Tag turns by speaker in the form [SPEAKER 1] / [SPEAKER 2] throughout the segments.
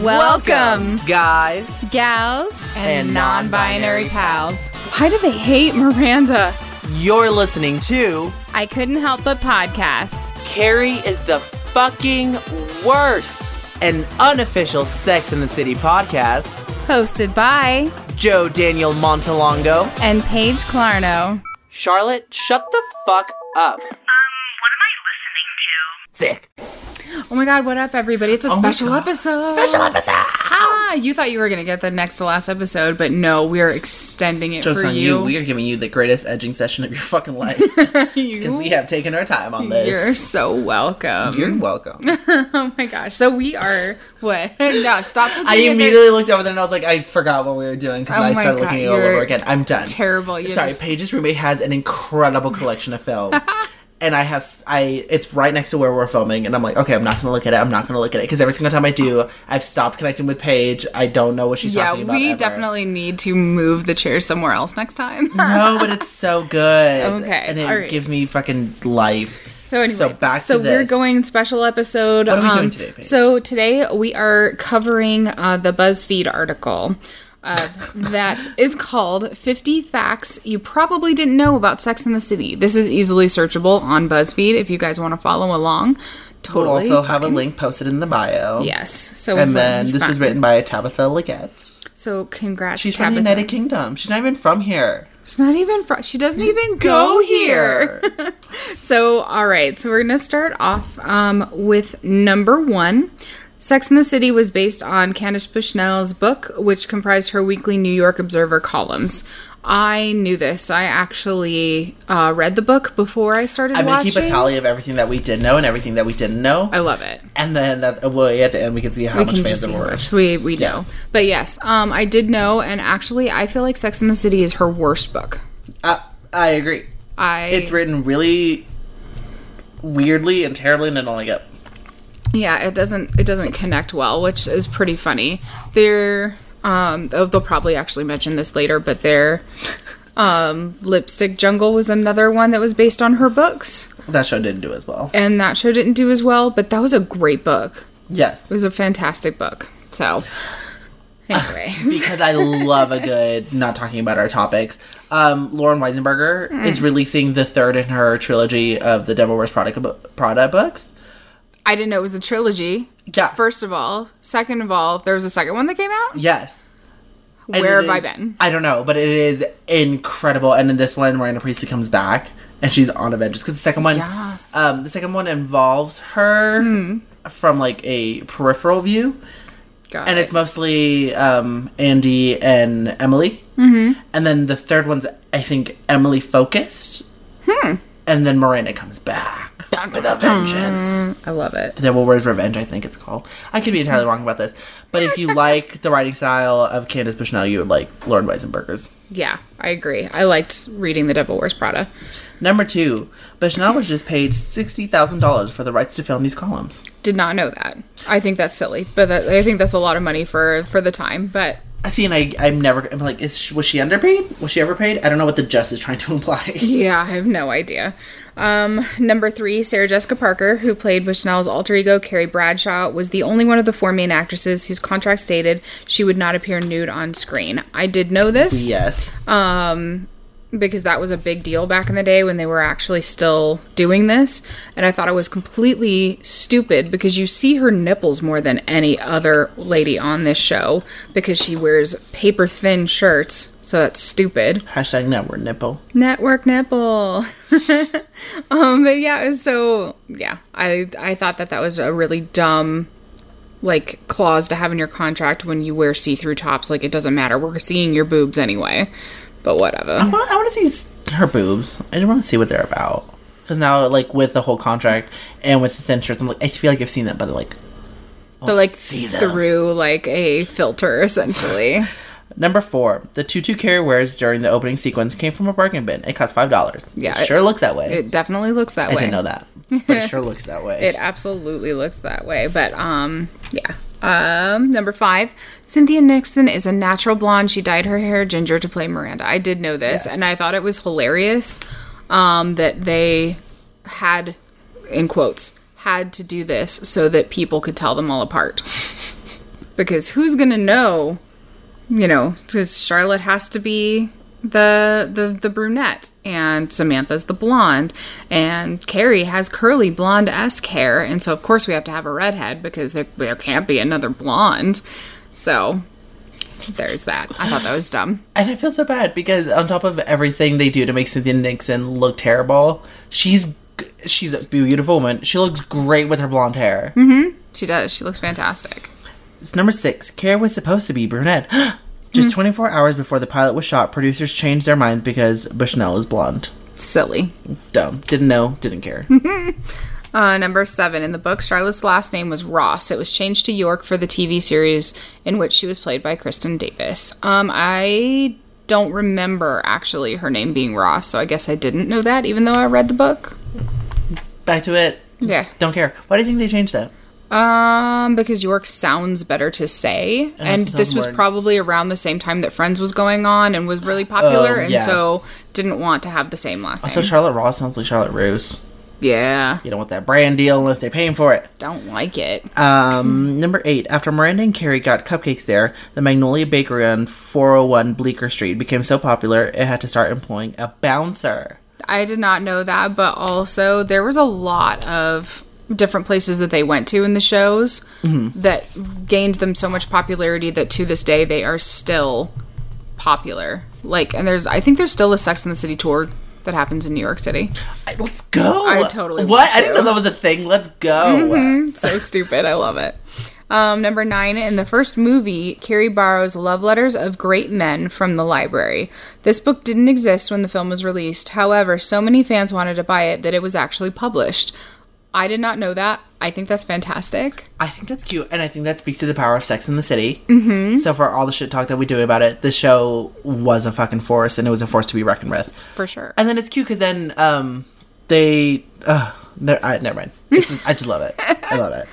[SPEAKER 1] Welcome,
[SPEAKER 2] guys.
[SPEAKER 1] gals,
[SPEAKER 2] And non-binary
[SPEAKER 1] pals.
[SPEAKER 3] Why do they hate Miranda?
[SPEAKER 2] You're listening to
[SPEAKER 1] I couldn't help but podcast.
[SPEAKER 3] Carrie is the fucking worst.
[SPEAKER 2] an unofficial Sex in the City podcast.
[SPEAKER 1] Hosted by
[SPEAKER 2] Joe Daniel Montalongo.
[SPEAKER 1] and Paige Clarno.
[SPEAKER 3] Charlotte, shut the fuck up.
[SPEAKER 2] Sick.
[SPEAKER 1] Oh my god, what up everybody? It's a
[SPEAKER 4] Oh
[SPEAKER 1] special episode. Special episode. Ah, you thought you were gonna get the next to last episode, but no, we are extending it
[SPEAKER 4] Jokes
[SPEAKER 1] for
[SPEAKER 4] on you. We are giving you the greatest edging session of your fucking life because we have taken our time on
[SPEAKER 1] You're
[SPEAKER 4] this.
[SPEAKER 1] so welcome.
[SPEAKER 4] You're, welcome.
[SPEAKER 1] oh my gosh. So we are what? no, stop looking
[SPEAKER 4] I
[SPEAKER 1] at the-
[SPEAKER 4] immediately looked over there and I was like, I forgot what we were doing because
[SPEAKER 1] Oh
[SPEAKER 4] I
[SPEAKER 1] my
[SPEAKER 4] started
[SPEAKER 1] God,
[SPEAKER 4] looking it all over
[SPEAKER 1] you're
[SPEAKER 4] again. I'm done.
[SPEAKER 1] terrible. You
[SPEAKER 4] Sorry,
[SPEAKER 1] just-
[SPEAKER 4] Paige's roommate has an incredible collection of film. And I have, s- I it's right next to where we're filming, and I'm like, okay, I'm not gonna look at it. I'm not gonna look at it because every single time I do, I've stopped connecting with Paige. I don't know what she's
[SPEAKER 1] Yeah,
[SPEAKER 4] talking about.
[SPEAKER 1] we
[SPEAKER 4] ever.
[SPEAKER 1] definitely need to move the chair somewhere else next time.
[SPEAKER 4] no, but it's so good.
[SPEAKER 1] Okay,
[SPEAKER 4] and it
[SPEAKER 1] all right.
[SPEAKER 4] gives me fucking life.
[SPEAKER 1] So anyway,
[SPEAKER 4] So back
[SPEAKER 1] so
[SPEAKER 4] to
[SPEAKER 1] we're
[SPEAKER 4] this.
[SPEAKER 1] going special episode. um,
[SPEAKER 4] What are we doing today, Paige?
[SPEAKER 1] So today we are covering uh, the BuzzFeed article. Uh, that is called 50 Facts You Probably Didn't Know About Sex in the City. This is easily searchable on BuzzFeed if you guys want to follow along. Totally.
[SPEAKER 4] We'll also
[SPEAKER 1] fine.
[SPEAKER 4] have a link posted in the bio.
[SPEAKER 1] Yes. So
[SPEAKER 4] And then this was
[SPEAKER 1] fine.
[SPEAKER 4] written by Tabitha Leggett.
[SPEAKER 1] So congrats,
[SPEAKER 4] She's from
[SPEAKER 1] Tabitha.
[SPEAKER 4] the United Kingdom. She's not even from here.
[SPEAKER 1] She's not even fr- she doesn't even go, here. So, all right. So, we're going to start off um, with number one. Sex in the City was based on Candice Bushnell's book, which comprised her weekly New York Observer columns. I knew this. I actually uh, read the book before I started
[SPEAKER 4] I'm gonna
[SPEAKER 1] watching.
[SPEAKER 4] keep a tally of everything that we did know and everything that we didn't know,
[SPEAKER 1] I love it.
[SPEAKER 4] and then that, well, yeah, at the end we can see how
[SPEAKER 1] we
[SPEAKER 4] much
[SPEAKER 1] can
[SPEAKER 4] fans
[SPEAKER 1] just
[SPEAKER 4] there
[SPEAKER 1] see how
[SPEAKER 4] were.
[SPEAKER 1] much we we know.
[SPEAKER 4] Yes.
[SPEAKER 1] But yes, um, I did know, and actually, I feel like Sex in the City is her worst book.
[SPEAKER 4] Uh, I agree.
[SPEAKER 1] I
[SPEAKER 4] It's written really weirdly and terribly, and I don't like it.
[SPEAKER 1] yeah it doesn't it doesn't connect well which is pretty funny they're um they'll, they'll probably actually mention this later but their um lipstick jungle was another one that was based on her books
[SPEAKER 4] That show didn't do as well.
[SPEAKER 1] and that show didn't do as well but that was a great book
[SPEAKER 4] Yes,
[SPEAKER 1] it was a fantastic book so anyways
[SPEAKER 4] because I love a good not talking about our topics. Um, Lauren Weisenberger
[SPEAKER 1] Mm.
[SPEAKER 4] is releasing the third in her trilogy of the Devil Wears Prada, Prada books.
[SPEAKER 1] i didn't know it was a trilogy
[SPEAKER 4] Yeah.
[SPEAKER 1] first of all second of all there was a second one that came out
[SPEAKER 4] Yes. And
[SPEAKER 1] where
[SPEAKER 4] it
[SPEAKER 1] have i
[SPEAKER 4] is-
[SPEAKER 1] been
[SPEAKER 4] I don't know, but it is incredible. And in this one, Miranda Priestley comes back and she's on a vengeance because the second one,
[SPEAKER 1] Yes. Hmm.
[SPEAKER 4] um, the second one involves her from like a peripheral view,
[SPEAKER 1] Got
[SPEAKER 4] and
[SPEAKER 1] it.
[SPEAKER 4] it's mostly um, Andy and Emily. Mm-hmm. And then the third one's, I think, Emily focused. Hmm. And then Miranda comes back with a vengeance.
[SPEAKER 1] i love it
[SPEAKER 4] The Devil Wears Revenge, I think it's called. I could be entirely wrong about this, but if you like the writing style of Candace Bushnell, you would like Lauren Weisenberger's.
[SPEAKER 1] yeah i agree i liked reading the devil wears prada
[SPEAKER 4] Number two, Bushnell was just paid sixty thousand dollars for the rights to film these columns.
[SPEAKER 1] did not know that. I think that's silly, but that, I think that's a lot of money for for the time. But
[SPEAKER 4] I see, and I, I'm never. I'm like, is she- was she underpaid? Was she overpaid? I don't know what the just is trying to imply.
[SPEAKER 1] yeah, I have no idea. Um, number three, Sarah Jessica Parker, who played Bushnell's alter ego Carrie Bradshaw, was the only one of the four main actresses whose contract stated she would not appear nude on screen. I did know this
[SPEAKER 4] yes,
[SPEAKER 1] because that was a big deal back in the day when they were actually still doing this, and I thought it was completely stupid because you see her nipples more than any other lady on this show because she wears paper thin shirts, so that's stupid.
[SPEAKER 4] hashtag network nipple.
[SPEAKER 1] Network nipple. um, but yeah, it was so yeah, I I thought that that was a really dumb like clause to have in your contract when you wear see-through tops. Like it doesn't matter. We're seeing your boobs anyway. But whatever.
[SPEAKER 4] I want, I want to see s- her boobs. I just want to see what they're about. Because now, like with the whole contract and with the thin shirts, I'm like, I feel like I've seen that, but like,
[SPEAKER 1] But like
[SPEAKER 4] see them.
[SPEAKER 1] through like a filter essentially.
[SPEAKER 4] Number four, the tutu Carrie wears during the opening sequence came from a bargain bin. It cost five dollars.
[SPEAKER 1] Yeah,
[SPEAKER 4] it sure looks that way.
[SPEAKER 1] it definitely looks that
[SPEAKER 4] I
[SPEAKER 1] way.
[SPEAKER 4] didn't know that, but it sure looks that way.
[SPEAKER 1] It absolutely looks that way, but um, yeah. Um, number five, Cynthia Nixon is a natural blonde. She dyed her hair ginger to play Miranda. I did know this,
[SPEAKER 4] Yes.
[SPEAKER 1] and I thought it was hilarious um, that they had, in quotes, had to do this so that people could tell them all apart. because who's gonna know? You know, because Charlotte has to be the the the brunette, and Samantha's the blonde, and Carrie has curly blonde esque hair, and so of course we have to have a redhead because there there can't be another blonde. So there's that. I thought that was dumb.
[SPEAKER 4] And I feel so bad because on top of everything they do to make Cynthia Nixon look terrible, she's g- she's a beautiful woman. She looks great with her blonde hair.
[SPEAKER 1] She does. She looks fantastic.
[SPEAKER 4] It's
[SPEAKER 1] Mm-hmm.
[SPEAKER 4] number six. Kara was supposed to be brunette. Just 24 hours before the pilot was shot, producers changed their minds because Bushnell is blonde.
[SPEAKER 1] Silly.
[SPEAKER 4] Dumb. Didn't know. Didn't care.
[SPEAKER 1] Uh, number seven in the book, Charlotte's last name was Ross. It was changed to York for the TV series in which she was played by Kristen Davis. Um, I don't remember actually her name being Ross, so I guess I didn't know that, even though I read the book.
[SPEAKER 4] Back to it.
[SPEAKER 1] Yeah.
[SPEAKER 4] Don't care. Why do you think they changed that?
[SPEAKER 1] Um, because York sounds better to say, and
[SPEAKER 4] it's a
[SPEAKER 1] this
[SPEAKER 4] tough
[SPEAKER 1] was
[SPEAKER 4] word.
[SPEAKER 1] probably around the same time that Friends was going on and was really popular,
[SPEAKER 4] Oh,
[SPEAKER 1] and
[SPEAKER 4] yeah.
[SPEAKER 1] so didn't want to have the same last name.
[SPEAKER 4] So Charlotte Ross sounds like Charlotte Rose.
[SPEAKER 1] yeah,
[SPEAKER 4] You don't want that brand deal unless they're paying for it.
[SPEAKER 1] don't like it.
[SPEAKER 4] Um, number eight. After Miranda and Carrie got cupcakes there, the Magnolia Bakery on 401 Bleecker Street became so popular it had to start employing a bouncer.
[SPEAKER 1] I did not know that, but also there was a lot of different places that they went to in the shows that gained them so much popularity that to this day they are still popular. Like, and there's, I think there's still a Sex in the City tour that happens in New York City.
[SPEAKER 4] I- let's go.
[SPEAKER 1] I totally
[SPEAKER 4] What?
[SPEAKER 1] want
[SPEAKER 4] I didn't know
[SPEAKER 1] to. Mm-hmm.
[SPEAKER 4] that was a thing. Let's go.
[SPEAKER 1] so stupid. I love it. Um, number nine, in the first movie, Carrie borrows love letters of great men from the library. This book didn't exist when the film was released. However, so many fans wanted to buy it that it was actually published. I did not know that. I think that's fantastic.
[SPEAKER 4] I think that's cute, and I think that speaks to the power of Sex in the City. Mm-hmm. So for all the shit talk that we do about it, the show was a fucking force, and it was a force to be reckoned with.
[SPEAKER 1] For sure.
[SPEAKER 4] And then it's cute because then um, they. Uh, ne- I, never mind. It's just, I just love it. I love it.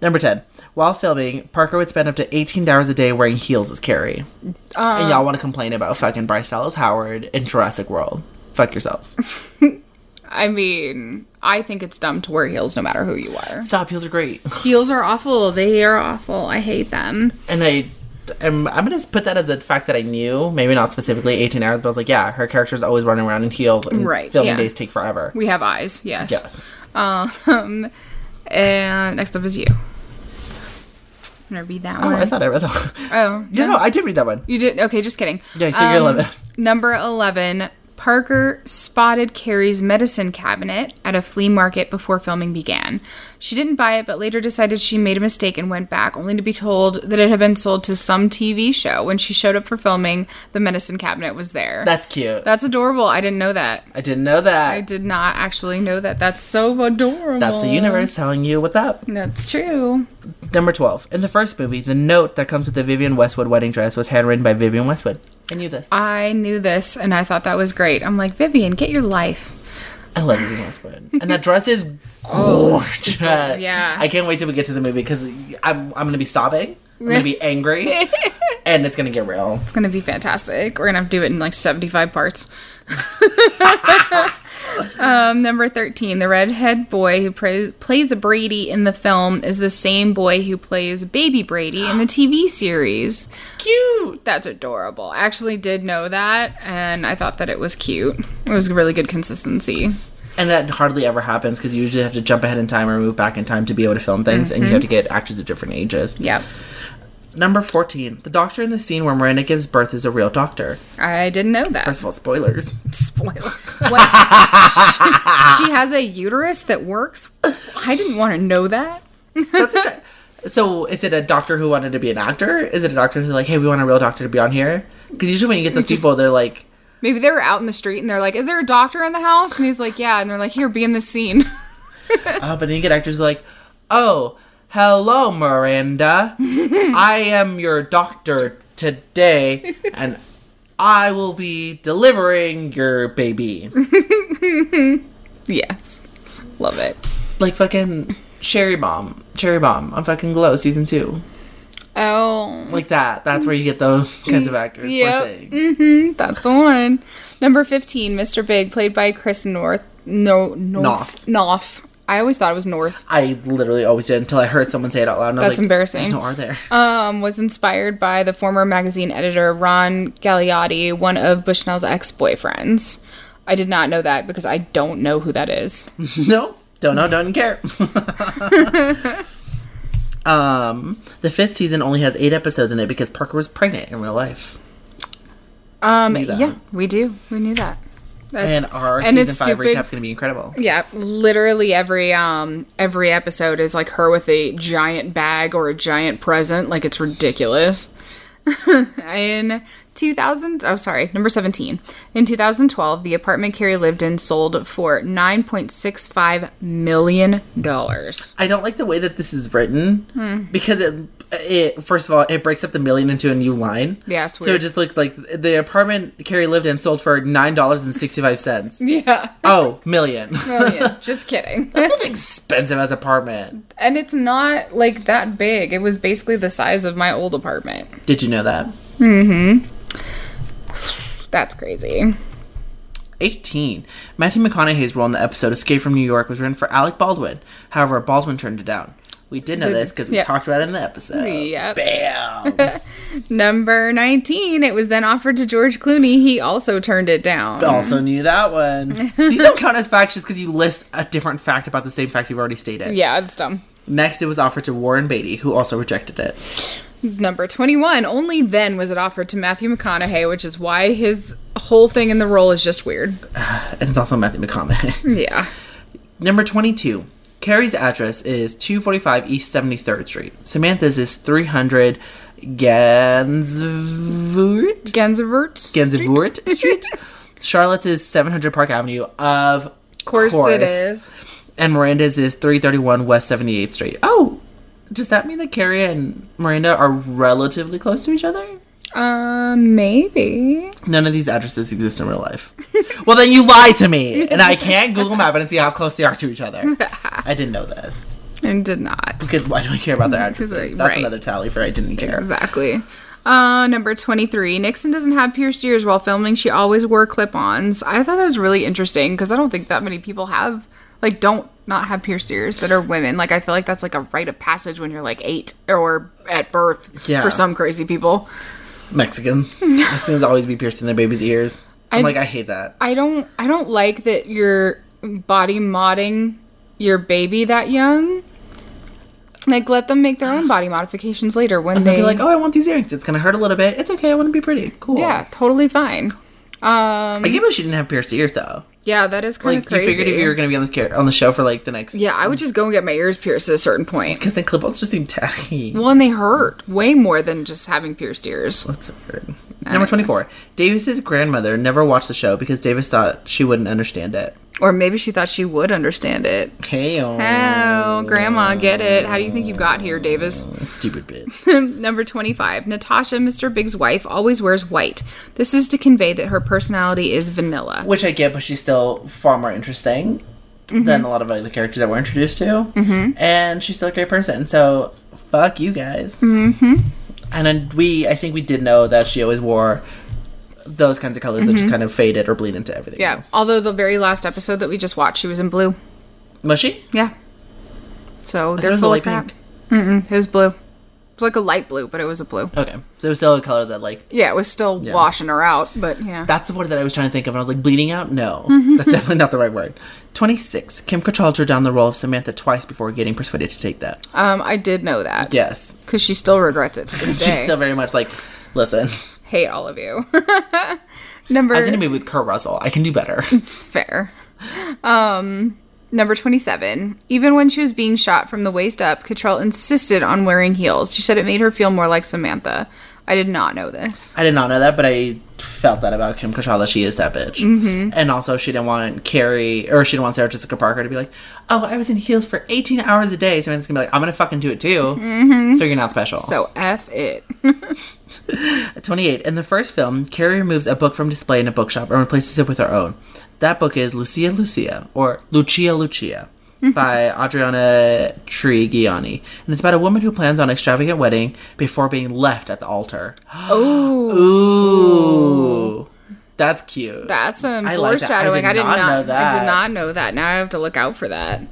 [SPEAKER 4] Number 10. While filming, Parker would spend up to 18 hours a day wearing heels as Carrie. and y'all want to complain about fucking Bryce Dallas Howard in Jurassic World. Fuck yourselves.
[SPEAKER 1] I mean, I think it's dumb to wear heels no matter who you are.
[SPEAKER 4] Stop, heels are great.
[SPEAKER 1] Heels are awful. They are awful. I hate them.
[SPEAKER 4] And I. I'm, I'm gonna just put that as a fact that I knew, maybe not specifically 18 hours, but I was like, yeah, her character's always running around in heels, and
[SPEAKER 1] Right,
[SPEAKER 4] filming
[SPEAKER 1] yeah.
[SPEAKER 4] days take forever.
[SPEAKER 1] We have eyes. Yes.
[SPEAKER 4] yes.
[SPEAKER 1] Um, and next up is you. I'm gonna read that one.
[SPEAKER 4] Oh, I thought I read that.
[SPEAKER 1] Oh,
[SPEAKER 4] Yeah, no, I did read that one.
[SPEAKER 1] You did okay. Just kidding. Um,
[SPEAKER 4] Yeah, so you're 11.
[SPEAKER 1] Number eleven. Parker spotted Carrie's medicine cabinet at a flea market before filming began. She didn't buy it, but later decided she made a mistake and went back, only to be told that it had been sold to some TV show. When she showed up for filming, the medicine cabinet was there.
[SPEAKER 4] That's cute.
[SPEAKER 1] That's adorable. I didn't know that.
[SPEAKER 4] I didn't know that.
[SPEAKER 1] I did not actually know that. That's so adorable.
[SPEAKER 4] That's the universe telling you what's up.
[SPEAKER 1] That's true.
[SPEAKER 4] Number 12. In the first movie, the note that comes with the Vivian Westwood wedding dress was handwritten by Vivian Westwood. I knew this. I,
[SPEAKER 1] I knew this and I thought that was great. I'm like, Vivian, get your life.
[SPEAKER 4] love Vivian Westwood. and that dress is gorgeous.
[SPEAKER 1] Yeah.
[SPEAKER 4] I can't wait till we get to the movie because I'm, I'm going to be sobbing. I'm going to be angry. and it's going to get real.
[SPEAKER 1] It's gonna be fantastic. We're gonna have to do it in like 75 parts. um, number 13, the redhead boy who pra- plays Brady in the film is the same boy who plays Baby Brady in the TV series.
[SPEAKER 4] Cute.
[SPEAKER 1] That's adorable. I actually did know that, and I thought that it was cute. It was really good consistency.
[SPEAKER 4] And that hardly ever happens because you usually have to jump ahead in time or move back in time to be able to film things. And you have to get actors of different ages.
[SPEAKER 1] Yep.
[SPEAKER 4] Number 14. The doctor in the scene where Miranda gives birth is a real doctor.
[SPEAKER 1] I didn't know that.
[SPEAKER 4] First of all, spoilers.
[SPEAKER 1] Spoiler. What? she, she has a uterus that works? I didn't want to know that.
[SPEAKER 4] That's exa- so is it a doctor who wanted to be an actor? Is it a doctor who's like, hey, we want a real doctor to be on here? Because usually when you get those people, they're like,
[SPEAKER 1] Maybe they were out in the street and they're like, "Is there a doctor in the house?" And he's like, "Yeah." And they're like, "Here, be in this scene."
[SPEAKER 4] oh, but then you get actors who are like, oh, hello, Miranda. I am your doctor today, and I will be delivering your baby.
[SPEAKER 1] yes, love it.
[SPEAKER 4] Like fucking Sherry Bomb. Cherry Bomb on fucking Glow season two.
[SPEAKER 1] Oh,
[SPEAKER 4] Like that. That's where you get those kinds of actors.
[SPEAKER 1] Yep.
[SPEAKER 4] Yeah.
[SPEAKER 1] that's the one. Number fifteen, Mr. Big, played by Chris North. No, North.
[SPEAKER 4] Noth.
[SPEAKER 1] North. I always thought it was north.
[SPEAKER 4] I literally always did until I heard someone say it out loud. And I was
[SPEAKER 1] That's
[SPEAKER 4] like,
[SPEAKER 1] embarrassing.
[SPEAKER 4] There's no R there.
[SPEAKER 1] Um, was inspired by the former magazine editor Ron Gagliotti, one of Bushnell's ex-boyfriends. I did not know that because I don't know who that is.
[SPEAKER 4] no, don't know, don't care. um, the fifth season only has eight episodes in it because Parker was pregnant in real life.
[SPEAKER 1] Um,
[SPEAKER 4] that.
[SPEAKER 1] yeah, we do. We knew that. That's,
[SPEAKER 4] And our
[SPEAKER 1] and
[SPEAKER 4] season
[SPEAKER 1] it's
[SPEAKER 4] five
[SPEAKER 1] stupid.
[SPEAKER 4] recap's going to be incredible.
[SPEAKER 1] Yeah, literally every um every episode is like her with a giant bag or a giant present. Like it's ridiculous. in 2000, oh sorry, number 17. In 2012, the apartment Carrie lived in sold for 9.65 million dollars.
[SPEAKER 4] I don't like the way that this is written
[SPEAKER 1] Hmm.
[SPEAKER 4] because it, it first of all it breaks up the million into a new line.
[SPEAKER 1] Yeah, it's
[SPEAKER 4] So it
[SPEAKER 1] weird.
[SPEAKER 4] just looked like the apartment Carrie lived in sold for nine dollars and sixty five cents.
[SPEAKER 1] Yeah,
[SPEAKER 4] oh, million.
[SPEAKER 1] million. Just kidding.
[SPEAKER 4] That's an expensive as apartment.
[SPEAKER 1] and it's not like that big. It was basically the size of my old apartment.
[SPEAKER 4] Did you know that?
[SPEAKER 1] That's crazy.
[SPEAKER 4] 18. Matthew McConaughey's role in the episode Escape from New York was written for Alec Baldwin. However, Baldwin turned it down. We did know
[SPEAKER 1] Did-
[SPEAKER 4] this because we
[SPEAKER 1] yeah.
[SPEAKER 4] talked about it in the episode.
[SPEAKER 1] Yep.
[SPEAKER 4] Bam!
[SPEAKER 1] Number 19, it was then offered to George Clooney. He also turned it down.
[SPEAKER 4] also knew that one. These don't count as facts just because you list a different fact about the same fact you've already stated.
[SPEAKER 1] Yeah, it's dumb.
[SPEAKER 4] Next, it was offered to Warren Beatty, who also rejected it.
[SPEAKER 1] Number 21, only then was it offered to Matthew McConaughey, which is why his whole thing in the role is just weird.
[SPEAKER 4] And it's also Matthew McConaughey.
[SPEAKER 1] Yeah.
[SPEAKER 4] Number 22. Carrie's address is 245 East 73rd Street. Samantha's is 300 Gansvort?
[SPEAKER 1] Gensavert?
[SPEAKER 4] Gansvort Street. Charlotte's is 700 Park Avenue, of
[SPEAKER 1] Of course,
[SPEAKER 4] course.
[SPEAKER 1] it is.
[SPEAKER 4] And Miranda's is 331 West 78th Street. Oh, does that mean that Carrie and Miranda are relatively close to each other?
[SPEAKER 1] Uh, maybe.
[SPEAKER 4] None of these addresses exist in real life. well, then you lie to me, and I can't Google Map it and see how close they are to each other. I didn't know this.
[SPEAKER 1] And did not.
[SPEAKER 4] Because why do I care about their addresses?
[SPEAKER 1] Right.
[SPEAKER 4] That's another tally for I didn't care.
[SPEAKER 1] Exactly. Uh, number 23, Nixon doesn't have pierced ears while filming. She always wore clip ons. I thought that was really interesting because I don't think that many people have, like, don't not have pierced ears that are women. Like, I feel like that's like a rite of passage when you're like eight or at birth
[SPEAKER 4] Yeah.
[SPEAKER 1] for some crazy people.
[SPEAKER 4] Mexicans. Mexicans always be piercing their baby's ears. I'm
[SPEAKER 1] I-
[SPEAKER 4] like, I hate that.
[SPEAKER 1] I don't, I don't like that you're body modding your baby that young. Like, let them make their own body modifications later when
[SPEAKER 4] They'll
[SPEAKER 1] they
[SPEAKER 4] be like, oh, I want these earrings. It's gonna hurt a little bit. It's okay. I want to be pretty. Cool.
[SPEAKER 1] yeah, totally fine. Um,
[SPEAKER 4] I can't believe she didn't have pierced ears though.
[SPEAKER 1] yeah, that is kind
[SPEAKER 4] Like
[SPEAKER 1] of crazy.
[SPEAKER 4] you figured if you were gonna be on this car- on the show for like the next
[SPEAKER 1] Yeah, I would just go and get my ears pierced at a certain point.
[SPEAKER 4] because then clip-ons just seem tacky.
[SPEAKER 1] Well, and they hurt way more than just having pierced ears.
[SPEAKER 4] That's weird. Number twenty four. Davis's grandmother never watched the show because Davis thought she wouldn't understand it. um,
[SPEAKER 1] Or maybe she thought she would understand it.
[SPEAKER 4] Okay.
[SPEAKER 1] Oh, Grandma, get it. How do you think you got here, Davis?
[SPEAKER 4] Stupid bitch.
[SPEAKER 1] Number 25. Natasha, Mr. Big's wife, always wears white. This is to convey that her personality is vanilla.
[SPEAKER 4] which I get, but she's still far more interesting than a lot of other characters that we're introduced to. Mm-hmm. And she's still a great person. So fuck you guys. Mm-hmm. And then we, I think we did know that she always wore those kinds of colors that just kind of faded or bleed into everything.
[SPEAKER 1] Yeah.
[SPEAKER 4] else.
[SPEAKER 1] Although the very last episode that we just watched, she was in blue.
[SPEAKER 4] was she?
[SPEAKER 1] Yeah. So
[SPEAKER 4] it
[SPEAKER 1] they're
[SPEAKER 4] was
[SPEAKER 1] full
[SPEAKER 4] light
[SPEAKER 1] of crap. Mm-mm, it was blue. It was like a light blue, but it was a blue.
[SPEAKER 4] Okay, so it was still a color that like
[SPEAKER 1] Yeah, it was still washing her out, but yeah.
[SPEAKER 4] that's the word that I was trying to think of, and I was like, bleeding out? No, that's definitely not the right word. Twenty six. Kim Cattrall turned down the role of Samantha twice before getting persuaded to take that.
[SPEAKER 1] Um, I did know that.
[SPEAKER 4] Yes,
[SPEAKER 1] Because she still regrets it to this day.
[SPEAKER 4] she's still very much like, listen,
[SPEAKER 1] Hate all of you. Number
[SPEAKER 4] I was in a movie with Kurt Russell. I can do better.
[SPEAKER 1] fair. Um, number twenty-seven. Even when she was being shot from the waist up, Cottrell insisted on wearing heels. She said it made her feel more like Samantha. I did not know this.
[SPEAKER 4] I did not know that, but I felt that about Kim Cattrall that she is that bitch. Mm-hmm. And also, she didn't want Carrie or she didn't want Sarah Jessica Parker to be like, "Oh, I was in heels for 18 hours a day." So it's gonna be like, "I'm gonna fucking do it too." Mm-hmm. So you're not special.
[SPEAKER 1] So f it.
[SPEAKER 4] 28. In the first film, Carrie removes a book from display in a bookshop and replaces it with her own. That book is Lucia Lucia or Lucia Lucia
[SPEAKER 1] Mm-hmm.
[SPEAKER 4] by Adriana Trigiani, and it's about a woman who plans on an extravagant wedding before being left at the altar. Ooh. That's cute.
[SPEAKER 1] That's um,
[SPEAKER 4] I like that. I
[SPEAKER 1] foreshadowing.
[SPEAKER 4] did
[SPEAKER 1] I did
[SPEAKER 4] not
[SPEAKER 1] not.
[SPEAKER 4] know that.
[SPEAKER 1] I did not know that. Now I have to look out for that.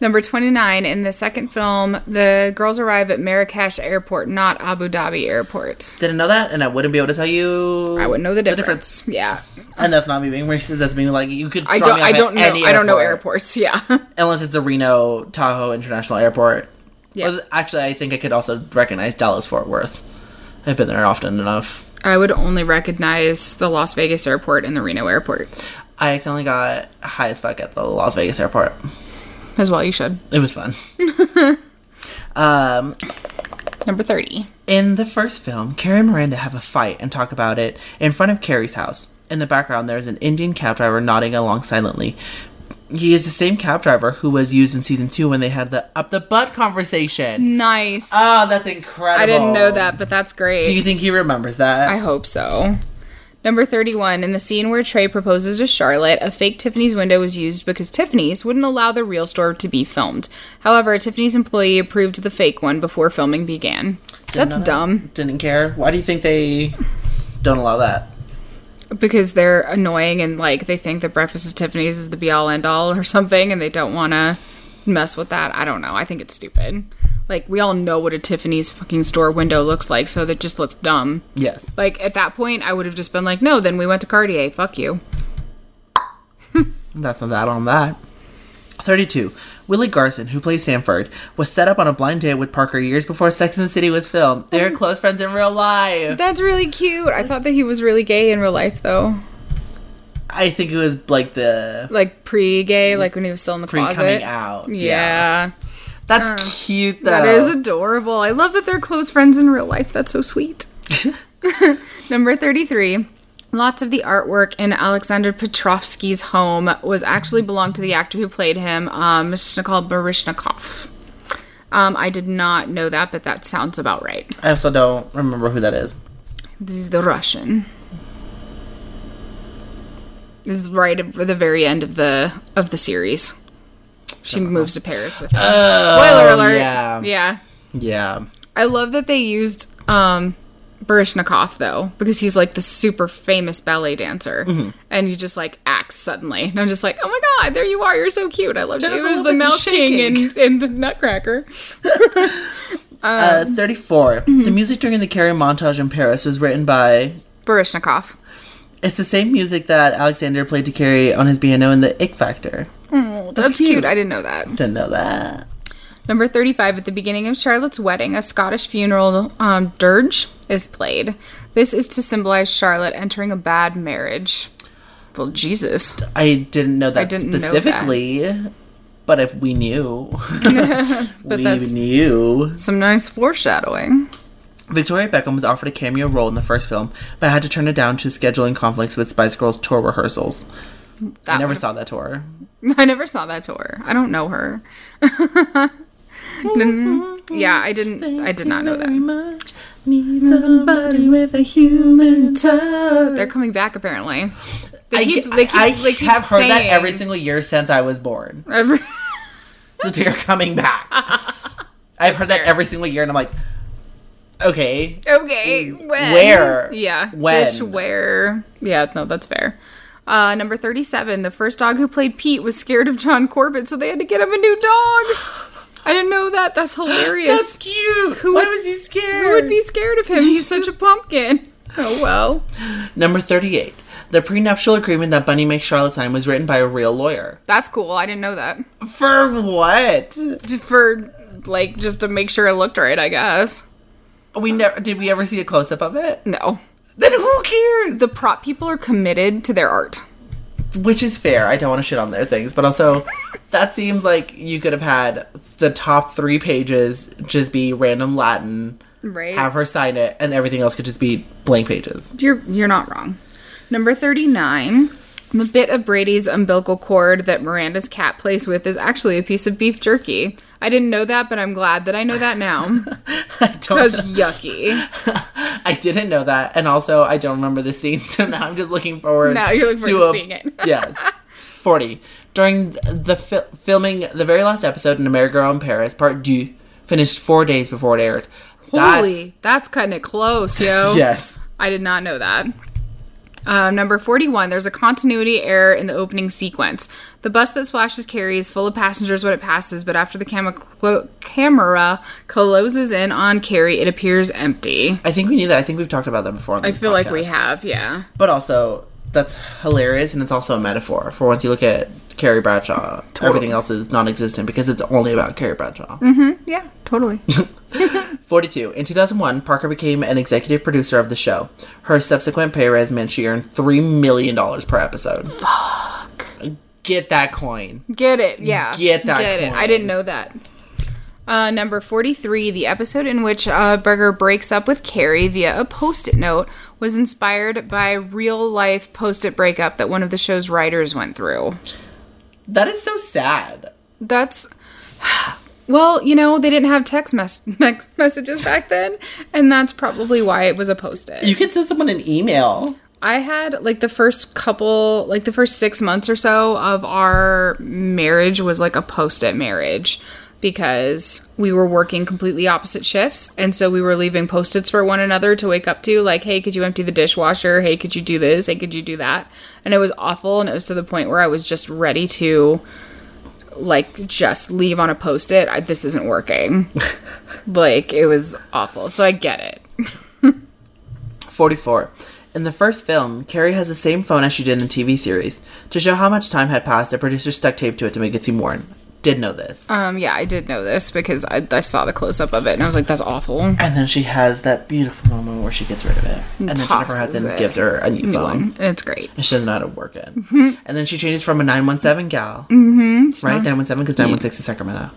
[SPEAKER 1] Number 29, in the second film, the girls arrive at Marrakesh Airport, not Abu Dhabi Airport.
[SPEAKER 4] Didn't know that, and I wouldn't be able to tell you.
[SPEAKER 1] I wouldn't know the difference.
[SPEAKER 4] difference.
[SPEAKER 1] Yeah.
[SPEAKER 4] And that's not me being racist. That's me like you could.
[SPEAKER 1] I
[SPEAKER 4] drop
[SPEAKER 1] don't
[SPEAKER 4] me off
[SPEAKER 1] I
[SPEAKER 4] at
[SPEAKER 1] don't know
[SPEAKER 4] any
[SPEAKER 1] I don't know
[SPEAKER 4] airport.
[SPEAKER 1] airports. Yeah.
[SPEAKER 4] unless it's the Reno Tahoe International Airport.
[SPEAKER 1] Yeah.
[SPEAKER 4] Or- Actually, I think I could also recognize Dallas Fort Worth. I've been there often enough.
[SPEAKER 1] I would only recognize the Las Vegas airport and the Reno airport.
[SPEAKER 4] I accidentally got high as fuck at the Las Vegas airport.
[SPEAKER 1] As well you should.
[SPEAKER 4] It was fun. um,
[SPEAKER 1] Number 30.
[SPEAKER 4] in the first film, Carrie and Miranda have a fight and talk about it in front of Carrie's house. In the background, there is an Indian cab driver nodding along silently. He is the same cab driver who was used in season two when they had the up the butt conversation.
[SPEAKER 1] Nice.
[SPEAKER 4] Oh, that's incredible.
[SPEAKER 1] Mm. I didn't know that, but that's great.
[SPEAKER 4] Do you think he remembers that?
[SPEAKER 1] I hope so. Number 31, in the scene where Trey proposes to Charlotte, a fake Tiffany's window was used because Tiffany's wouldn't allow the real store to be filmed. However, a Tiffany's employee approved the fake one before filming began. That's
[SPEAKER 4] know that.
[SPEAKER 1] dumb
[SPEAKER 4] uh, didn't care. Why do you think they don't allow that?
[SPEAKER 1] because they're annoying and like they think that breakfast is Tiffany's is the be all end all or something and they don't want to mess with that. I don't know. I think it's stupid. Like we all know what a Tiffany's fucking store window looks like, so that just looks dumb.
[SPEAKER 4] Yes.
[SPEAKER 1] Like at that point, I would have just been like, "No, then we went to Cartier. Fuck you."
[SPEAKER 4] That's not that on that. 32. Willie Garson, who plays Sanford, was set up on a blind date with Parker years before Sex and the City was filmed.
[SPEAKER 1] Oh.
[SPEAKER 4] They're close friends in real life.
[SPEAKER 1] That's really cute. I thought that he was really gay in real life, though.
[SPEAKER 4] I think it was like the
[SPEAKER 1] Like pre-gay, like when he was still in the
[SPEAKER 4] pre
[SPEAKER 1] closet.
[SPEAKER 4] coming out.
[SPEAKER 1] Yeah, Uh,
[SPEAKER 4] That's cute though.
[SPEAKER 1] that is adorable. I love that they're close friends in real life. That's so sweet. Number thirty-three. Lots of the artwork in Alexander Petrovsky's home was actually belonged to the actor who played him, um, Shnikol Barishnikov. Um, I did not know that, but that sounds about right.
[SPEAKER 4] I also don't remember who that is.
[SPEAKER 1] This is the Russian. This is right at the very end of the of the series. She moves to Paris with him. Spoiler alert.
[SPEAKER 4] Oh, yeah.
[SPEAKER 1] Yeah. Um.
[SPEAKER 4] Yeah.
[SPEAKER 1] I love that they used um Barishnikov though, because he's like the super famous ballet dancer.
[SPEAKER 4] Mm-hmm.
[SPEAKER 1] And he just like acts suddenly. And I'm just like, oh my god, there you are, you're so cute. I love that you
[SPEAKER 4] Jennifer
[SPEAKER 1] as the
[SPEAKER 4] Lopez is
[SPEAKER 1] Mouse King
[SPEAKER 4] shaking.
[SPEAKER 1] and, and the Nutcracker.
[SPEAKER 4] uh, 34.
[SPEAKER 1] Mm-hmm.
[SPEAKER 4] The music during the Carrie montage in Paris was written by
[SPEAKER 1] Barishnikov.
[SPEAKER 4] It's the same music that Alexander played to Carrie on his piano in the Ick Factor. Oh,
[SPEAKER 1] That's, cute. I didn't know that.
[SPEAKER 4] Didn't know that.
[SPEAKER 1] Number 35, at the beginning of Charlotte's wedding, a Scottish funeral um, dirge is played. This is to symbolize Charlotte entering a bad marriage. Well, Jesus.
[SPEAKER 4] I didn't know that
[SPEAKER 1] didn't know that.
[SPEAKER 4] specifically, but if we knew, we
[SPEAKER 1] that's-
[SPEAKER 4] knew.
[SPEAKER 1] Some nice foreshadowing.
[SPEAKER 4] Victoria Beckham was offered a cameo role in the first film, but had to turn it down to scheduling conflicts with Spice Girls tour rehearsals.
[SPEAKER 1] That
[SPEAKER 4] I never
[SPEAKER 1] one-
[SPEAKER 4] saw that tour.
[SPEAKER 1] I never saw that tour. I don't know her. Mm, yeah, I didn't. I did not know
[SPEAKER 4] Very
[SPEAKER 1] that.
[SPEAKER 4] much need
[SPEAKER 1] Mm-hmm.
[SPEAKER 4] somebody with a human touch.
[SPEAKER 1] They're coming back apparently. They
[SPEAKER 4] I,
[SPEAKER 1] keep.
[SPEAKER 4] ge-
[SPEAKER 1] they keep.
[SPEAKER 4] I
[SPEAKER 1] they keep
[SPEAKER 4] have heard that
[SPEAKER 1] saying-
[SPEAKER 4] every single year since I was born.
[SPEAKER 1] every-
[SPEAKER 4] that they're coming back. I've heard that every single year, and I'm like, okay,
[SPEAKER 1] Okay, when?
[SPEAKER 4] Where?
[SPEAKER 1] Yeah.
[SPEAKER 4] When?
[SPEAKER 1] Which, where? Yeah, no, that's fair. Uh, number 37, the first dog who played Pete was scared of John Corbett, so they had to get him a new dog. I didn't know that. That's
[SPEAKER 4] that's
[SPEAKER 1] hilarious.
[SPEAKER 4] cute.
[SPEAKER 1] Who
[SPEAKER 4] Why
[SPEAKER 1] would-
[SPEAKER 4] was he scared?
[SPEAKER 1] Who would be scared of him? He's such a pumpkin. Oh, well.
[SPEAKER 4] Number thirty-eight. The prenuptial agreement that Bunny makes Charlotte sign was written by a real lawyer.
[SPEAKER 1] That's cool. I didn't know that.
[SPEAKER 4] For what?
[SPEAKER 1] Just For, like, just to make sure it looked right, I guess.
[SPEAKER 4] We never did. We ever see a close-up of it?
[SPEAKER 1] No.
[SPEAKER 4] Then who cares?
[SPEAKER 1] The prop people are committed to their art.
[SPEAKER 4] Which is fair. I don't want to shit on their things, but also. That seems like you could have had the top three pages just be random Latin,
[SPEAKER 1] Right.
[SPEAKER 4] have her sign it, and everything else could just be blank pages.
[SPEAKER 1] You're you're not wrong. Number 39. The bit of Brady's umbilical cord that Miranda's cat plays with is actually a piece of beef jerky. I didn't know that, but I'm glad that I know that now.
[SPEAKER 4] I don't
[SPEAKER 1] That's yucky.
[SPEAKER 4] I didn't know that, and also I don't remember the scene, so now I'm just looking forward.
[SPEAKER 1] Now you're looking forward to seeing it.
[SPEAKER 4] yes, forty during the fil- filming the very last episode in America in Paris Part Two finished four days before it aired.
[SPEAKER 1] Holy, that's, cutting it close, yo.
[SPEAKER 4] That's, yes,
[SPEAKER 1] I did not know that. Uh, number 41, there's a continuity error in the opening sequence. The bus that splashes Carrie is full of passengers when it passes, but after the cam- clo- camera closes in on Carrie, it appears empty.
[SPEAKER 4] I think we knew that. I think we've talked about that before. On
[SPEAKER 1] I feel like we
[SPEAKER 4] have.
[SPEAKER 1] have, yeah.
[SPEAKER 4] But also, that's hilarious, and it's also a metaphor for once you look at Carrie Bradshaw, everything else is non-existent because it's only about Carrie Bradshaw.
[SPEAKER 1] Yeah, totally.
[SPEAKER 4] 42. In 2001, Parker became an executive producer of the show. Her subsequent pay raise meant she earned $3 million per episode. Fuck. Get that coin.
[SPEAKER 1] Get it, yeah.
[SPEAKER 4] Get that
[SPEAKER 1] it. I
[SPEAKER 4] coin.
[SPEAKER 1] didn't know that. Uh, number 43, the episode in which uh, Berger breaks up with Carrie via a post it note was inspired by a real life post it breakup that one of the show's writers went through.
[SPEAKER 4] That is so sad.
[SPEAKER 1] That's. Well, you know, they didn't have text mes- mex- messages back then, and that's probably why it was a post it.
[SPEAKER 4] You could send someone an email.
[SPEAKER 1] I had like the first couple, like the first six months or so of our marriage was like a post it marriage because we were working completely opposite shifts. And so we were leaving post its for one another to wake up to, like, hey, could you empty the dishwasher? Hey, could you do this? Hey, could you do that? And it was awful. And it was to the point where I was just ready to, like, just leave on a post it. This isn't working. like, it was awful. So I get it.
[SPEAKER 4] 44. In the first film, Carrie has the same phone as she did in the TV series. To show how much time had passed, the producer stuck tape to it to make it seem worn. Did know this.
[SPEAKER 1] Um, yeah, I did know this because I, I saw the close up of it and I was like, that's awful.
[SPEAKER 4] And then she has that beautiful moment where she gets rid of it. And, then Jennifer
[SPEAKER 1] tosses
[SPEAKER 4] Hudson
[SPEAKER 1] it.
[SPEAKER 4] gives her a new,
[SPEAKER 1] New
[SPEAKER 4] phone.
[SPEAKER 1] one. And it's great.
[SPEAKER 4] And she doesn't know how to work it. And then she changes from a 917 gal. Mm-hmm. Right? 917 because 916 is Sacramento.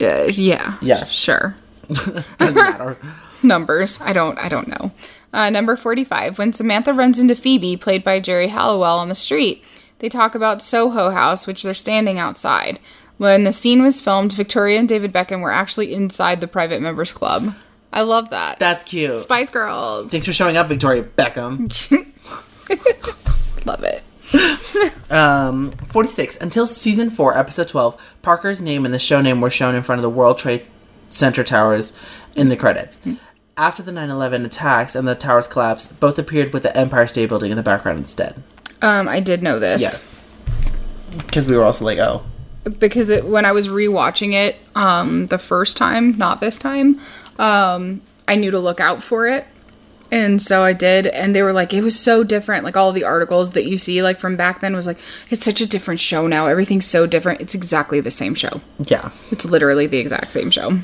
[SPEAKER 1] Uh, yeah.
[SPEAKER 4] Yes.
[SPEAKER 1] Sure.
[SPEAKER 4] Doesn't matter.
[SPEAKER 1] Numbers. I don't I don't know. Uh, number 45. When Samantha runs into Phoebe, played by Jerry Halliwell, on the street, they talk about Soho House, which they're standing outside. When the scene was filmed, Victoria and David Beckham were actually inside the private members club. I love that.
[SPEAKER 4] That's cute.
[SPEAKER 1] Spice Girls.
[SPEAKER 4] Thanks for showing up, Victoria Beckham.
[SPEAKER 1] Love it.
[SPEAKER 4] Um, 46. Until season 4, episode 12, Parker's name and the show name were shown in front of the World Trade Center towers in the credits. After the 9 11 attacks and the towers collapse, both appeared with the Empire State Building in the background instead.
[SPEAKER 1] Um, I did know this.
[SPEAKER 4] Yes. Because we were also like, oh.
[SPEAKER 1] because it when I was rewatching it um the first time, not this time, um I knew to look out for it. And so I did and they were like it was so different like all the articles that you see like from back then was like it's such a different show now. Everything's so different. It's exactly the same show.
[SPEAKER 4] Yeah.
[SPEAKER 1] It's literally the exact same show.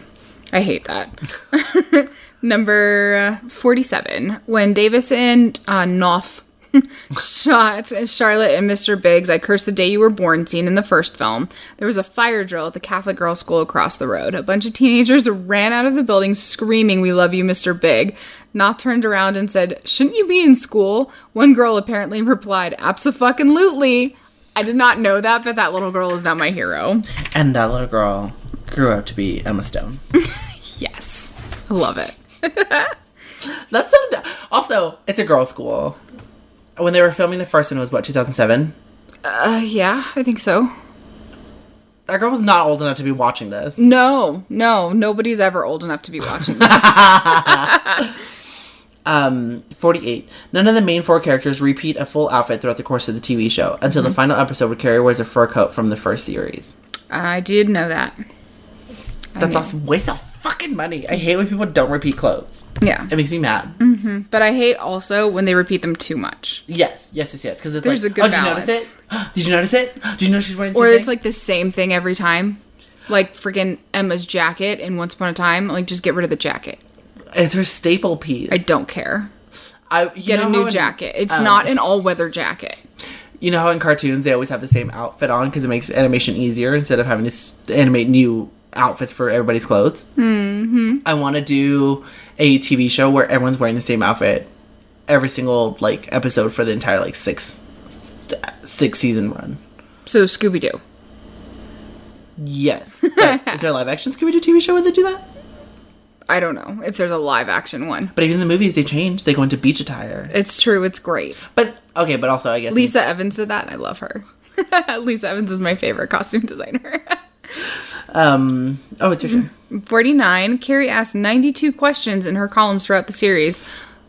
[SPEAKER 1] I hate that. Number uh, 47. When Davis and uh, Noth shot Charlotte and Mr. Biggs, I cursed the day you were born scene in the first film. There was a fire drill at the Catholic girls' school across the road. A bunch of teenagers ran out of the building screaming, We love you, Mr. Big. Noth turned around and said, Shouldn't you be in school? One girl apparently replied, Absolutely. I did not know that, but that little girl is not my hero.
[SPEAKER 4] And that little girl grew up to be Emma Stone.
[SPEAKER 1] Yes. I love it.
[SPEAKER 4] That's so. Also, it's a girls' school. When they were filming the first one, it was what 2007.
[SPEAKER 1] Uh, yeah, I think so.
[SPEAKER 4] That girl was not old enough to be watching this.
[SPEAKER 1] No, no, nobody's ever old enough to be watching.
[SPEAKER 4] 48. None of the main four characters repeat a full outfit throughout the course of the TV show until
[SPEAKER 1] Mm-hmm.
[SPEAKER 4] the final episode where Carrie wears a fur coat from the first series.
[SPEAKER 1] I did know that.
[SPEAKER 4] That's a waste of fucking money. I hate when people don't repeat clothes.
[SPEAKER 1] Yeah,
[SPEAKER 4] It makes me mad.
[SPEAKER 1] Mm. but I hate also when they repeat them too much,
[SPEAKER 4] Yes, yes, yes, yes. Because it's
[SPEAKER 1] There's
[SPEAKER 4] like,
[SPEAKER 1] a good
[SPEAKER 4] oh,
[SPEAKER 1] balance.
[SPEAKER 4] did you notice it? did you notice it? Did you know she's wearing? the
[SPEAKER 1] or
[SPEAKER 4] same
[SPEAKER 1] it's
[SPEAKER 4] thing?"
[SPEAKER 1] like the same thing every time. Like freaking Emma's jacket in Once Upon a Time. Like just get rid of the jacket.
[SPEAKER 4] it's her staple piece.
[SPEAKER 1] I don't care.
[SPEAKER 4] I you
[SPEAKER 1] Get
[SPEAKER 4] know
[SPEAKER 1] a new
[SPEAKER 4] how in-
[SPEAKER 1] jacket. It's
[SPEAKER 4] um,
[SPEAKER 1] not an all-weather jacket.
[SPEAKER 4] You know how in cartoons they always have the same outfit on because it makes animation easier instead of having to s- animate new outfits for everybody's clothes. Mm-hmm. I want to do a TV show where everyone's wearing the same outfit every single like episode for the entire like six six season run.
[SPEAKER 1] So Scooby Doo.
[SPEAKER 4] Yes, But is there a live action Scooby Doo TV show where they do that?
[SPEAKER 1] I don't know if there's a live action one.
[SPEAKER 4] But even in the movies, they change. They go into beach attire.
[SPEAKER 1] It's true. It's great.
[SPEAKER 4] But okay, but also I guess
[SPEAKER 1] Lisa Evans did that, and I love her. Lisa Evans is my favorite costume designer.
[SPEAKER 4] um
[SPEAKER 1] Mm-hmm.
[SPEAKER 4] oh it's your turn.
[SPEAKER 1] 49, Carrie asked 92 questions in her columns throughout the series.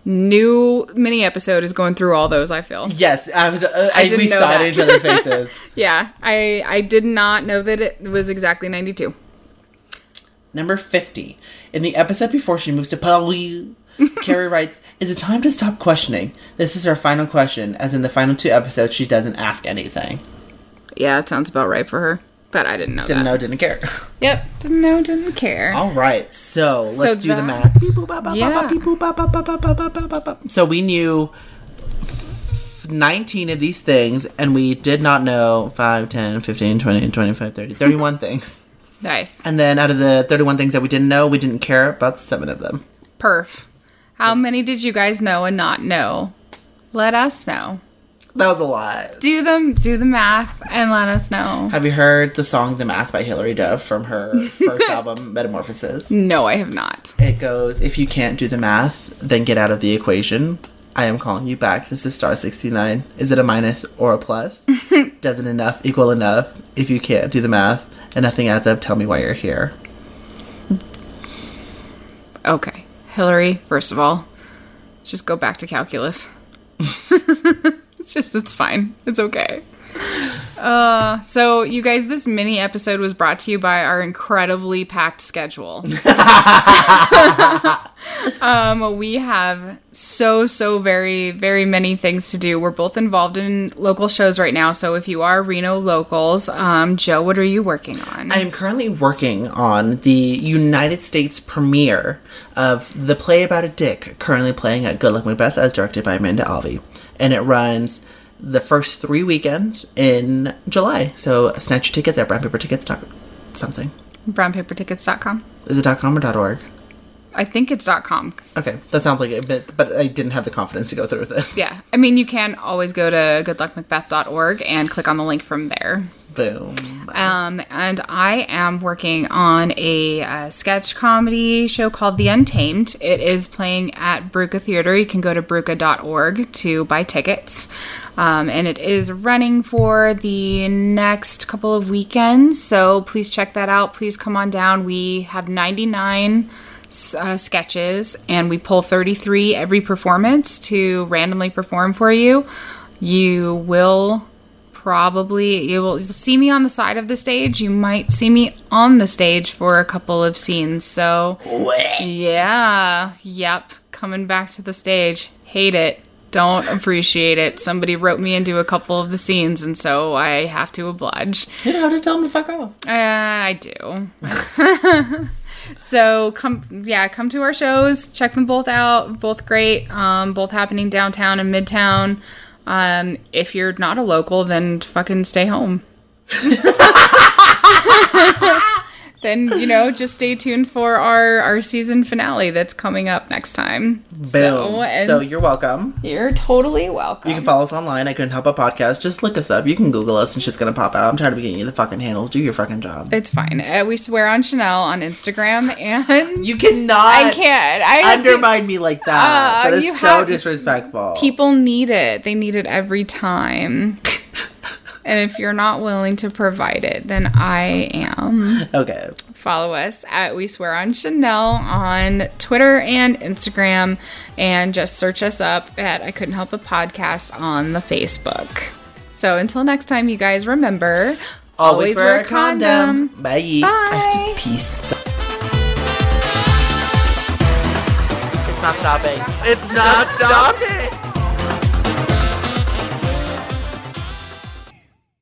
[SPEAKER 1] new mini episode is going through all those. I feel.
[SPEAKER 4] Yes, I was. Uh, I,
[SPEAKER 1] didn't
[SPEAKER 4] we
[SPEAKER 1] know
[SPEAKER 4] saw
[SPEAKER 1] that.
[SPEAKER 4] it in each other's faces.
[SPEAKER 1] Yeah, I I did not know that it was exactly ninety two.
[SPEAKER 4] Number 50. In the episode before she moves to Paris, Carrie writes, Is it time to stop questioning? This is her final question, as in the final two episodes, she doesn't ask anything.
[SPEAKER 1] Yeah, it sounds about right for her. But I didn't know
[SPEAKER 4] Didn't
[SPEAKER 1] that.
[SPEAKER 4] know, Oh. didn't care.
[SPEAKER 1] Yep, didn't know, didn't care.
[SPEAKER 4] All right, so let's do the
[SPEAKER 1] that-
[SPEAKER 4] math. Beep, boop, bop, bop,
[SPEAKER 1] Yeah.
[SPEAKER 4] bop, beep, boop, bop, bop, bop, bop, bop, bop, bop, bop, bop. So we knew f- 19 of these things, and we did not know 5, 10, 15, 20, 25, 30, 31 things.
[SPEAKER 1] Nice.
[SPEAKER 4] And then out of the 31 things that we didn't know, we didn't care about seven of them.
[SPEAKER 1] Perf. How many did you guys know and not know? Let us know.
[SPEAKER 4] That was a lot.
[SPEAKER 1] Do them. Do the math and let us know.
[SPEAKER 4] Have you heard the song The Math by Hilary Duff from her first album, Metamorphosis?
[SPEAKER 1] No, I have not.
[SPEAKER 4] It goes, If you can't do the math, then get out of the equation. I am calling you back. This is star 69. Is it a minus or a plus? Doesn't enough equal enough? If you can't do the math and nothing adds up, tell me why you're here.
[SPEAKER 1] Okay, Hillary. First of all, just go back to calculus. it's just it's fine. It's okay. Uh, so you guys, this mini episode was brought to you by our incredibly packed schedule. um, we have so so very very many things to do. We're both involved in local shows right now, so if you are Reno locals, um, Joe, what are you working on?
[SPEAKER 4] I am currently working on the United States premiere of The Play About a Dick, currently playing at Good Luck Macbeth as directed by Amanda Alvey. And it runs the first three weekends in July. So snatch your tickets at Brown Paper Tickets. dot- Something.
[SPEAKER 1] Brownpapertickets.com.
[SPEAKER 4] Is it .com or .org?
[SPEAKER 1] I think it's .com.
[SPEAKER 4] Okay, that sounds like it, but, but I didn't have the confidence to go through with it.
[SPEAKER 1] Yeah. I mean, you can always go to goodluckmacbeth.org and click on the link from there.
[SPEAKER 4] Boom.
[SPEAKER 1] Um, and I am working on a uh, sketch comedy show called The Untamed. It is playing at Bruca Theater. You can go to bruca.org to buy tickets. Um, and it is running for the next couple of weekends. So please check that out. Please come on down. We have 99 s- uh, sketches and we pull 33 every performance to randomly perform for you. You will probably you will see me on the side of the stage you might see me on the stage for a couple of scenes so yeah yep coming back to the stage hate it don't appreciate it somebody wrote me into a couple of the scenes and so i have to oblige
[SPEAKER 4] You don't have to tell them to fuck off.
[SPEAKER 1] uh, I do. so come, yeah, come to our shows. Check them both out. Both great. Um, both happening downtown and midtown. Um, if you're not a local, then fucking stay home. then you know, just stay tuned for our our season finale that's coming up next time. So,
[SPEAKER 4] Boom.
[SPEAKER 1] and
[SPEAKER 4] so you're welcome.
[SPEAKER 1] you're totally welcome.
[SPEAKER 4] You can follow us online. I couldn't help a podcast. Just look us up. You can Google us and shit's gonna pop out. I'm tired of getting you the fucking handles. Do your fucking job.
[SPEAKER 1] it's fine. Uh, we swear on Chanel on Instagram, and
[SPEAKER 4] You cannot
[SPEAKER 1] I can't. I
[SPEAKER 4] undermine me like that.
[SPEAKER 1] Uh,
[SPEAKER 4] that
[SPEAKER 1] you
[SPEAKER 4] is so
[SPEAKER 1] have-
[SPEAKER 4] disrespectful.
[SPEAKER 1] people need it. They need it every time. and if you're not willing to provide it, then I am.
[SPEAKER 4] okay.
[SPEAKER 1] Follow us at We Swear on Chanel on Twitter and Instagram, and just search us up at I Couldn't Help a Podcast on the Facebook. So until next time, you guys remember
[SPEAKER 4] Always, wear, a condom. Bye. I
[SPEAKER 1] Bye.
[SPEAKER 4] have to peace.
[SPEAKER 2] It's not stopping.
[SPEAKER 4] It's not stopping.